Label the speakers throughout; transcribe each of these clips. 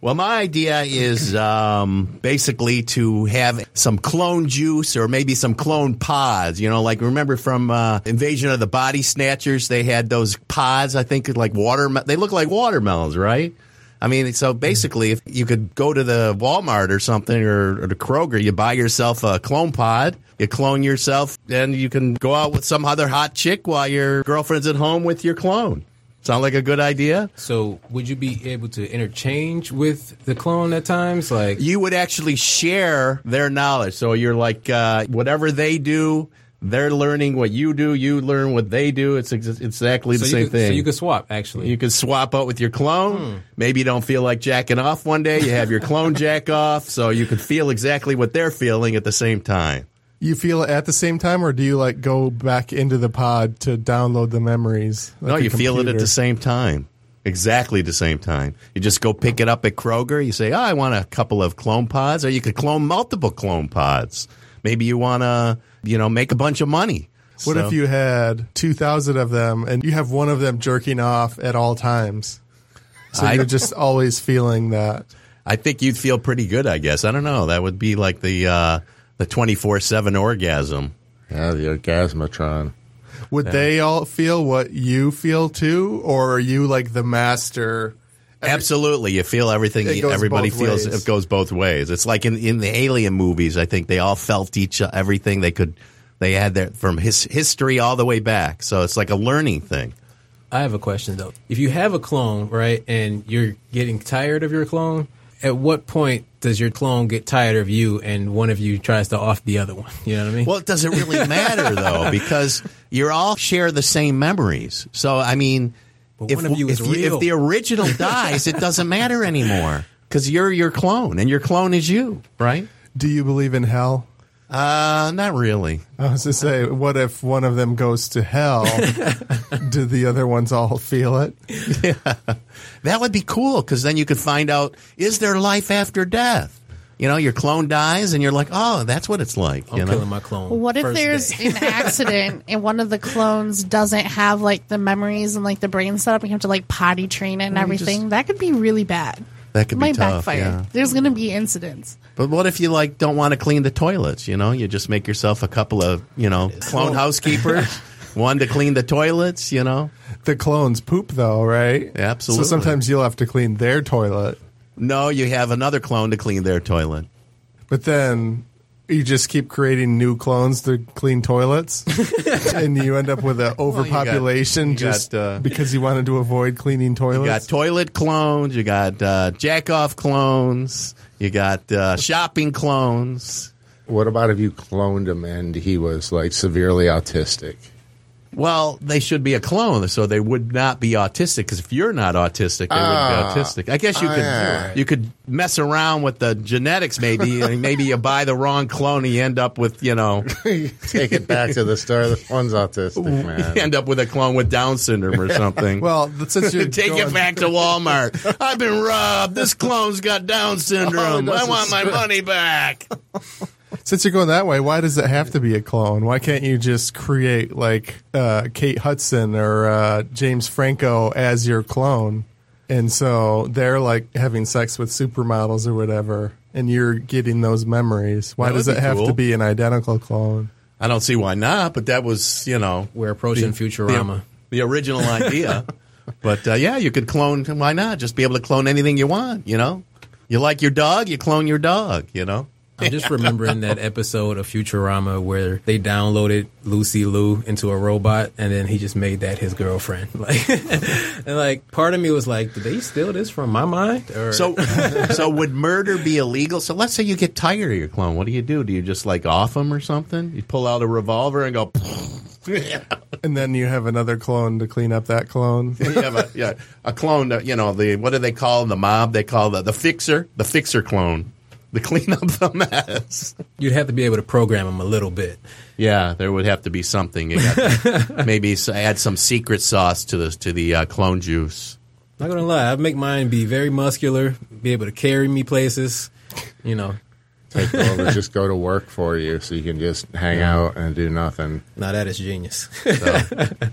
Speaker 1: Well, my idea is um, basically to have some clone juice or maybe some clone pods. You know, like remember from uh, Invasion of the Body Snatchers, they had those pods. I think like water. They look like watermelons, right? I mean, so basically, if you could go to the Walmart or something or, or the Kroger, you buy yourself a clone pod, you clone yourself, and you can go out with some other hot chick while your girlfriend's at home with your clone. Sound like a good idea?
Speaker 2: So, would you be able to interchange with the clone at times? Like,
Speaker 1: You would actually share their knowledge. So you're like, uh, whatever they do, they're learning what you do, you learn what they do. It's ex- exactly the
Speaker 2: so you
Speaker 1: same
Speaker 2: could,
Speaker 1: thing.
Speaker 2: So you could Hmm. swap actually.
Speaker 1: You can swap out with your clone. Maybe you don't feel like jacking off one day. You have your clone jack off, so you can feel exactly what they're feeling at the same time.
Speaker 3: You feel it at the same time, or do you like go back into the pod to download the memories? like
Speaker 1: no,
Speaker 3: a
Speaker 1: you feel it at
Speaker 3: computer?
Speaker 1: the same time. Exactly the same time. You just go pick it up at Kroger. You say, oh, I want a couple of clone pods, or you could clone multiple clone pods. Maybe you want to, you know, make a bunch of money.
Speaker 3: What
Speaker 1: So-
Speaker 3: if you had two thousand of them, and you have one of them jerking off at all times? So
Speaker 1: I-
Speaker 3: you're just always feeling that.
Speaker 1: I think you'd feel pretty good, I guess. I don't know. That would be like the uh, the 24 7 orgasm.
Speaker 4: Yeah, the orgasmatron.
Speaker 3: Would they all feel what you feel too, or are you like the master?
Speaker 1: Absolutely, you feel everything.
Speaker 3: It goes
Speaker 1: Everybody
Speaker 3: both
Speaker 1: feels
Speaker 3: ways.
Speaker 1: it goes both ways. It's like in, in the Alien movies. I think they all felt each everything they could. They had their from his history all the way back. So it's like a learning thing.
Speaker 2: I have a question though. If you have a clone, right, and you're getting tired of your clone, at what point does your clone get tired of you and one of you tries to off the other one? You know what I mean?
Speaker 1: Well, it doesn't really matter though because you all share the same memories. So I mean,
Speaker 2: But one of you
Speaker 1: if,
Speaker 2: is real.
Speaker 1: if the original dies, it doesn't matter anymore because you're your clone and your clone is you, right?
Speaker 3: Do you believe in hell?
Speaker 1: Uh, not really.
Speaker 3: I was to say, what if one of them goes to hell? do the other ones all feel it?
Speaker 1: That would be cool because then you could find out is there life after death? You know, your clone dies and you're like, oh, that's what it's like.
Speaker 2: I'm
Speaker 1: you know?
Speaker 2: killing my clone.
Speaker 5: What if
Speaker 2: first
Speaker 5: there's
Speaker 2: day.
Speaker 5: an accident and one of the clones doesn't have like the memories and like the brain set up and you have to like potty train it and
Speaker 1: you just-
Speaker 5: everything? that could be really bad.
Speaker 1: That could be
Speaker 5: Might
Speaker 1: tough,
Speaker 5: backfire.
Speaker 1: yeah.
Speaker 5: There's going to be incidents.
Speaker 1: But what if you like don't want to clean the toilets? You know, you just make yourself a couple of you know clone housekeepers, one to clean the toilets. You know,
Speaker 3: The clones poop though, right?
Speaker 1: Absolutely.
Speaker 3: So sometimes you'll have to clean their toilet,
Speaker 1: no, you have another clone to clean their toilet.
Speaker 3: but then you just keep creating new clones to clean toilets, and you end up with an overpopulation
Speaker 1: you got,
Speaker 3: just
Speaker 1: uh,
Speaker 3: because you wanted to avoid cleaning
Speaker 1: You got
Speaker 3: toilets.
Speaker 1: toilet clones. You got uh, jack off clones. You got uh, shopping clones.
Speaker 4: What about if you cloned him and he was like severely autistic?
Speaker 1: Well, they should be a clone, so they would not be autistic. Because if you're not autistic, they
Speaker 4: Ah.
Speaker 1: wouldn't be autistic. I guess you
Speaker 4: Ah,
Speaker 1: could
Speaker 4: yeah.
Speaker 1: you could mess around with the genetics, maybe. and maybe you buy the wrong clone, and you end up with you know
Speaker 4: Take it back to the start. The one's autistic, man.
Speaker 1: you end up with a clone with Down syndrome or something.
Speaker 3: well, th- since you're
Speaker 1: Take
Speaker 3: going-
Speaker 1: it back to Walmart. I've been robbed. This clone's got Down syndrome. I
Speaker 3: does
Speaker 1: want
Speaker 3: is
Speaker 1: my money back.
Speaker 3: Since you're going that way, why does it have to be a clone? Why can't you just create like uh, Kate Hudson or uh, James Franco as your clone? And so they're like having sex with supermodels or whatever, and you're getting those memories. Why
Speaker 1: That would
Speaker 3: does it
Speaker 1: be
Speaker 3: have
Speaker 1: cool.
Speaker 3: to be an identical clone?
Speaker 1: I don't see why not, but that was you know
Speaker 2: we're approaching Futurama.
Speaker 1: the original idea. but uh, yeah, you could clone. Why not? Just be able to clone anything you want. You know, you like your dog, you clone your dog. You know,
Speaker 2: I'm just remembering that episode of Futurama where they downloaded Lucy Liu into a robot, and then he just made that his girlfriend. Like, and like, part of me was like, did they steal this from my mind? Or
Speaker 1: so so would murder be illegal? So let's say you get tired of your clone. What do you do? Do you just like off him or something? You pull out a revolver and go.
Speaker 3: And then you have another clone to clean up that clone.
Speaker 1: you have a, yeah, a clone. That, you know the what do they call the mob? They call the the fixer, the fixer clone, the clean up the mess.
Speaker 2: you'd have to be able to program him a little bit.
Speaker 1: Yeah, there would have to be something. You got to- maybe s- add some secret sauce to the to the uh, clone juice.
Speaker 2: Not gonna lie, I'd make mine be very muscular, be able to carry me places. You know,
Speaker 4: Take over, just go to work for you, so you can just hang out and do nothing.
Speaker 2: now that is genius.
Speaker 1: That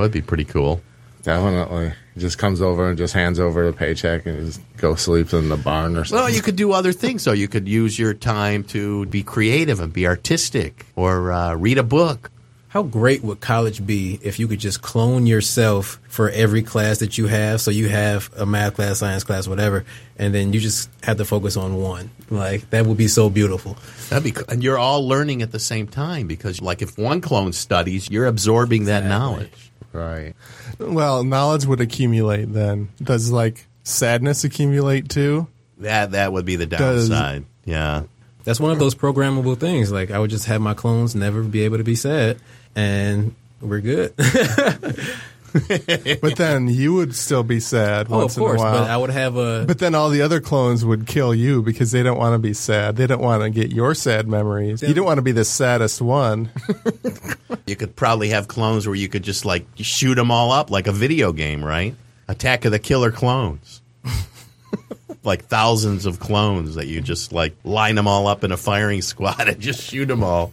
Speaker 1: would be pretty cool.
Speaker 4: Definitely. Just comes over and just hands over the paycheck and just go sleeps in the barn or something.
Speaker 1: Well, you could do other things, though. You could use your time to be creative and be artistic or uh, read a book.
Speaker 2: How great would college be if you could just clone yourself for every class that you have? So you have a math class, science class, whatever, and then you just have to focus on one. Like that would be so beautiful.
Speaker 1: That'd be cool. And you're all learning at the same time because, like, if one clone studies, you're absorbing that knowledge.
Speaker 4: right.
Speaker 3: Well, knowledge would accumulate then. Does like sadness accumulate too?
Speaker 1: That that would be the
Speaker 3: Does-
Speaker 1: downside. yeah.
Speaker 2: That's one of those programmable things. Like I would just have my clones never be able to be sad, and we're good.
Speaker 3: But then you would still be sad
Speaker 2: oh, of
Speaker 3: once
Speaker 2: course.
Speaker 3: in a while.
Speaker 2: But I would have a.
Speaker 3: But then all the other clones would kill you because they don't want to be sad. They don't want to get your sad memories. You don't want to be the saddest one.
Speaker 1: You could probably have clones where you could just like shoot them all up like a video game, right? Attack of the Killer Clones. like thousands of clones that you just like line them all up in a firing squad and just shoot them all.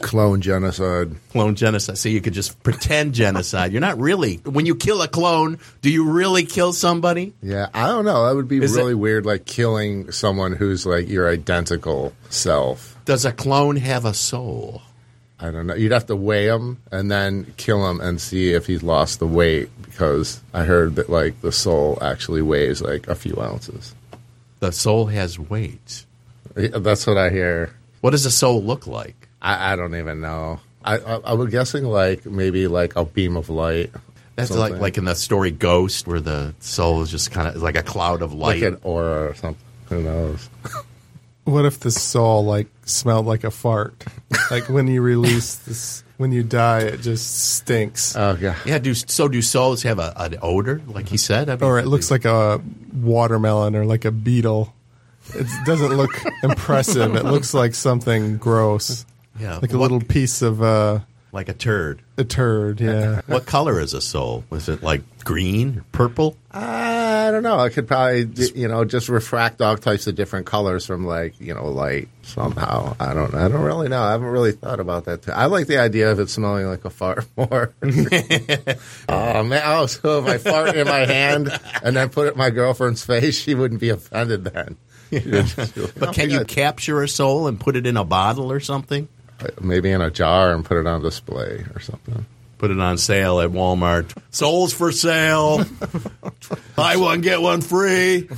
Speaker 4: Clone genocide.
Speaker 1: Clone genocide. So you could just pretend genocide. You're not really. When you kill a clone, do you really kill somebody?
Speaker 4: Yeah, I don't know. That would be
Speaker 1: Is it-
Speaker 4: really weird, like killing someone who's like your identical self.
Speaker 1: Does a clone have a soul?
Speaker 4: I don't know. You'd have to weigh him and then kill him and see if he's lost the weight because I heard that like the soul actually weighs like a few ounces.
Speaker 1: The soul has weight.
Speaker 4: Yeah, That's what I hear.
Speaker 1: What does a soul look like?
Speaker 4: I, I don't even know. I, I I was guessing like maybe like a beam of light.
Speaker 1: That's like
Speaker 4: Something.
Speaker 1: like in the story Ghost, where the soul is just kind of like a cloud of light.
Speaker 4: like an aura or something. Who knows?
Speaker 3: What if the soul like smelled like a fart? Like when you release this, when you die, it just stinks,
Speaker 4: Oh god.
Speaker 1: yeah, do so do souls have a, an odor, like he said? I mean,
Speaker 3: or it looks like a watermelon or like a beetle. It doesn't look impressive. It looks like something gross,
Speaker 1: yeah,
Speaker 3: like a
Speaker 1: what-
Speaker 3: little piece of uh,
Speaker 1: like a turd.
Speaker 3: a turd. Yeah.
Speaker 1: What color is a soul? Is it like green, or purple?
Speaker 4: Uh, I don't know. I could probably, you know, just refract all types of different colors from like, you know, light somehow. I don't. I don't really know. I haven't really thought about that. Too. I like the idea of it smelling like a fart more. oh man! Oh, so if I fart in my hand and then put it in my girlfriend's face, she wouldn't be offended then.
Speaker 1: But can
Speaker 4: "Oh,
Speaker 1: you capture a soul and put it in a bottle or something?
Speaker 4: Maybe in a jar and put it on display or something.
Speaker 1: Put it on sale at Walmart. Souls for sale. Buy one, get one free.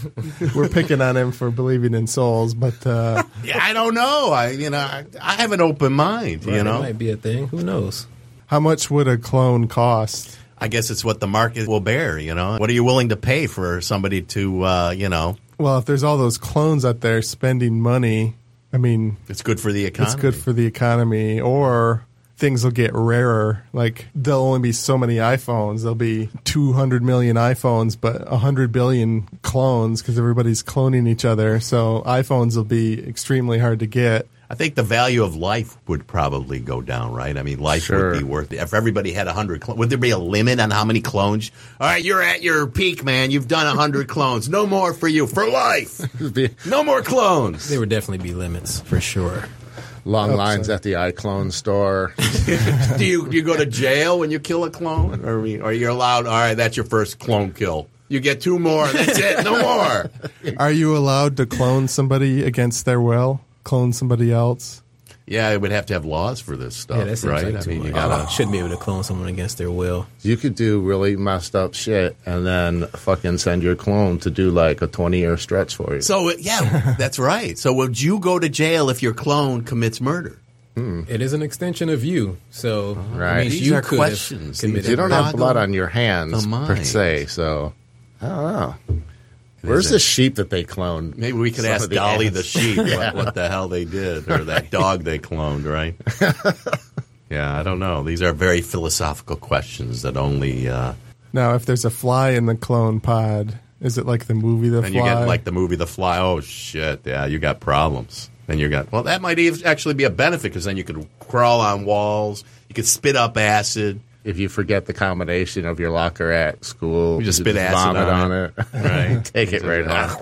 Speaker 3: We're picking on him for believing in souls, but uh,
Speaker 1: Yeah, I don't know. I you know I, I have an open mind.
Speaker 2: Right,
Speaker 1: You
Speaker 2: it
Speaker 1: know,
Speaker 2: might be a thing. Who knows?
Speaker 3: how much would a clone cost?
Speaker 1: I guess it's what the market will bear. You know, what are you willing to pay for somebody to uh, you know?
Speaker 3: Well, if there's all those clones out there spending money, I mean,
Speaker 1: It's good for the economy.
Speaker 3: it's good for the economy, or things will get rarer. Like, there'll only be so many iPhones. There'll be 200 million iPhones, but 100 billion clones because everybody's cloning each other. So, iPhones will be extremely hard to get.
Speaker 1: I think the value of life would probably go down, right? I mean, life
Speaker 4: Sure.
Speaker 1: would be worth if everybody had 100 clones. Would there be a limit on how many clones? All right, you're at your peak, man. You've done 100 clones. No more for you for life.
Speaker 4: It'd be
Speaker 1: No more clones.
Speaker 2: There would definitely be limits for sure.
Speaker 4: long lines at the iClone store.
Speaker 1: do you do you go to jail when you kill a clone, or we- or you're allowed? All right, that's your first clone kill. You get two more. That's it. No more.
Speaker 3: Are you allowed to clone somebody against their will? Clone somebody else?
Speaker 1: Yeah, I would have to have laws for this stuff,
Speaker 2: Yeah, that seems
Speaker 1: right?
Speaker 2: like
Speaker 1: I
Speaker 2: too
Speaker 1: mean, you
Speaker 2: much.
Speaker 1: gotta.
Speaker 2: shouldn't be able to clone someone against their will.
Speaker 4: You could do really messed up shit and then fucking send your clone to do like a 20 year stretch for you.
Speaker 1: So yeah, that's right. So would you go to jail if your clone commits murder?
Speaker 2: It is an extension of you, so
Speaker 4: Right.
Speaker 2: it means
Speaker 1: These
Speaker 2: you
Speaker 1: are
Speaker 2: could
Speaker 1: questions.
Speaker 2: have committed.
Speaker 4: you don't have
Speaker 1: Boggle
Speaker 4: blood on your hands
Speaker 1: the
Speaker 4: per
Speaker 1: mind.
Speaker 4: se, so I don't know. Where's the sheep that they cloned?
Speaker 1: Maybe we could
Speaker 4: Some
Speaker 1: ask
Speaker 4: of the
Speaker 1: Dolly
Speaker 4: ants.
Speaker 1: the sheep what, what the hell they did or that dog they cloned, right? yeah, I don't know. These are very philosophical questions that only uh,
Speaker 3: Now, if there's a fly in the clone pod, is it like the movie The
Speaker 1: and
Speaker 3: Fly?
Speaker 1: you get like the movie The Fly. Oh shit, yeah, you got problems. Then you got well, that might ev- actually be a benefit because then you could crawl on walls, you could spit up acid,
Speaker 4: If you forget the combination of your locker at school,
Speaker 1: You just spit acid
Speaker 4: vomit
Speaker 1: on
Speaker 4: on it.
Speaker 1: right?
Speaker 4: Take it right now.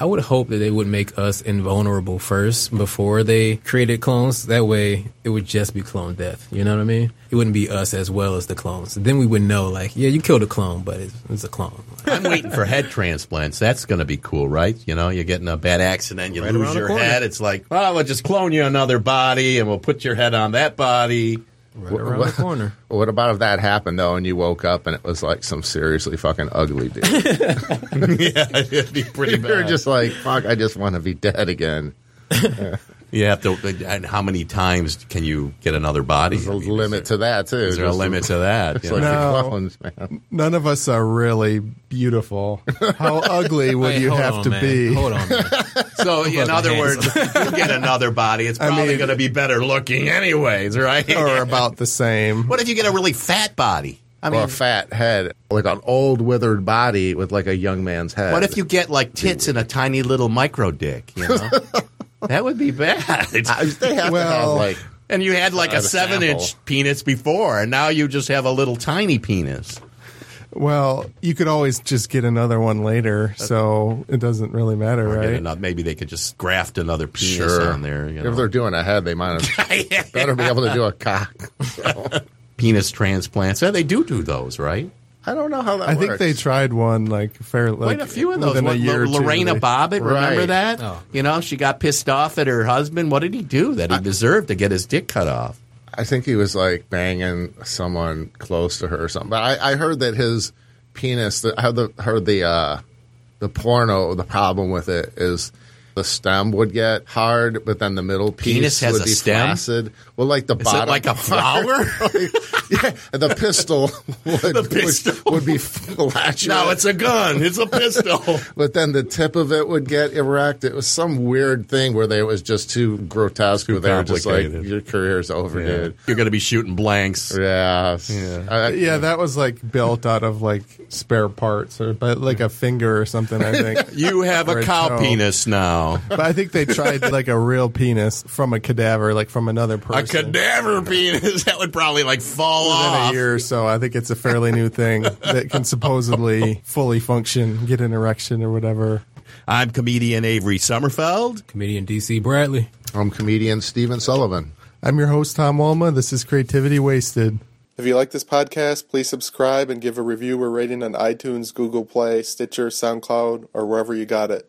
Speaker 2: I would hope that they would make us invulnerable first before they created clones. That way, it would just be clone death. You know what I mean? It wouldn't be us as well as the clones. Then we would know, like, yeah, you killed a clone, but it's, it's a clone.
Speaker 1: I'm waiting for head transplants. That's going to be cool, right? You know, you get in a bad accident, you
Speaker 2: Right
Speaker 1: lose
Speaker 2: around the
Speaker 1: your
Speaker 2: corner.
Speaker 1: head. It's like, well, we'll just clone you another body, and we'll put your head on that body.
Speaker 2: Right around the corner.
Speaker 4: Well, What about if that happened though, and you woke up and it was like some seriously fucking ugly dude?
Speaker 1: yeah, it'd be pretty
Speaker 4: You're
Speaker 1: bad.
Speaker 4: just like, fuck, I just want to be dead again.
Speaker 1: you have to. And how many times can you get another body?
Speaker 4: There's a
Speaker 1: I mean,
Speaker 4: limit
Speaker 1: Is
Speaker 4: to that too.
Speaker 1: there, is there a
Speaker 4: Just-
Speaker 1: limit to that?
Speaker 4: It's
Speaker 1: you
Speaker 4: like
Speaker 1: know?
Speaker 4: the
Speaker 3: No.
Speaker 4: clones, man.
Speaker 3: None of us are really beautiful. How ugly would
Speaker 2: Wait,
Speaker 3: you
Speaker 2: hold
Speaker 3: have
Speaker 2: on,
Speaker 3: to
Speaker 2: man.
Speaker 3: be?
Speaker 2: Hold on. man.
Speaker 1: So, in other
Speaker 2: hands.
Speaker 1: words, if you get another body. It's probably
Speaker 3: mean-
Speaker 1: going to be better looking, anyways, right?
Speaker 3: Or about the same.
Speaker 1: what if you get a really fat body? I mean,
Speaker 4: or a fat head, like an old withered body with like a young man's head.
Speaker 1: what if you get like tits and a tiny little micro dick? You know, that would be bad.
Speaker 4: I, they have to have
Speaker 3: Well-
Speaker 4: like
Speaker 1: And you had like
Speaker 4: Uh,
Speaker 1: a
Speaker 4: the
Speaker 1: seven inch
Speaker 4: sample.
Speaker 1: penis before, and now you just have a little tiny penis.
Speaker 3: Well, you could always just get another one later, so it doesn't really matter,
Speaker 1: Or get
Speaker 3: right?
Speaker 1: another- maybe they could just graft another penis
Speaker 4: sure
Speaker 1: on there. You
Speaker 4: If
Speaker 1: know.
Speaker 4: they're doing a head, they might have better be able to do a cock.
Speaker 1: penis transplants. Yeah, they do do those, right?
Speaker 4: I don't know how that.
Speaker 3: I
Speaker 4: works.
Speaker 3: think they tried one like fairly. Like,
Speaker 1: Quite a few of those.
Speaker 3: within a
Speaker 1: What,
Speaker 3: year or two,
Speaker 1: Lorena
Speaker 3: they-
Speaker 1: Bobbitt, remember
Speaker 4: Right.
Speaker 1: that?
Speaker 2: Oh.
Speaker 1: You know, she got pissed off at her husband. What did he do that he deserved to get his dick cut off?
Speaker 4: I think he was like banging someone close to her or something. But I, I heard that his penis. The, I heard the heard the uh, the porno. The problem with it is the stem would get hard, but then the middle piece
Speaker 1: Penis has
Speaker 4: would
Speaker 1: a
Speaker 4: be
Speaker 1: stem?
Speaker 4: flaccid. Well, like the
Speaker 1: Is
Speaker 4: bottom,
Speaker 1: it like a flower?
Speaker 4: yeah, the pistol would, would-
Speaker 1: pistol.
Speaker 4: would, be flatulent.
Speaker 1: no, it's a gun. It's a pistol.
Speaker 4: but then the tip of it would get erect. It was some weird thing where they it was just too grotesque. where they were just like,
Speaker 1: complicated.
Speaker 4: "Your career's over, dude."
Speaker 1: You're going to be shooting blanks.
Speaker 4: Yeah, I-
Speaker 3: Yeah, that was like built out of like spare parts or but like a finger or something. I think.
Speaker 1: You have
Speaker 3: Or
Speaker 1: a
Speaker 3: a
Speaker 1: cow
Speaker 3: toe.
Speaker 1: penis now.
Speaker 3: But I think they tried like a real penis from a cadaver, like from another
Speaker 1: A
Speaker 3: person.
Speaker 1: cadaver penis that would probably like fall
Speaker 3: Within a
Speaker 1: off.
Speaker 3: year or so, I think it's a fairly new thing that can supposedly fully function, get an erection or whatever.
Speaker 1: I'm comedian Avery Sommerfeld.
Speaker 2: Comedian DC Bradley.
Speaker 4: I'm comedian Steven Sullivan.
Speaker 3: I'm your host, Tom Walma. This is Creativity Wasted.
Speaker 6: If you like this podcast, please subscribe and give a review or rating on iTunes, Google Play, Stitcher, SoundCloud, or wherever you got it.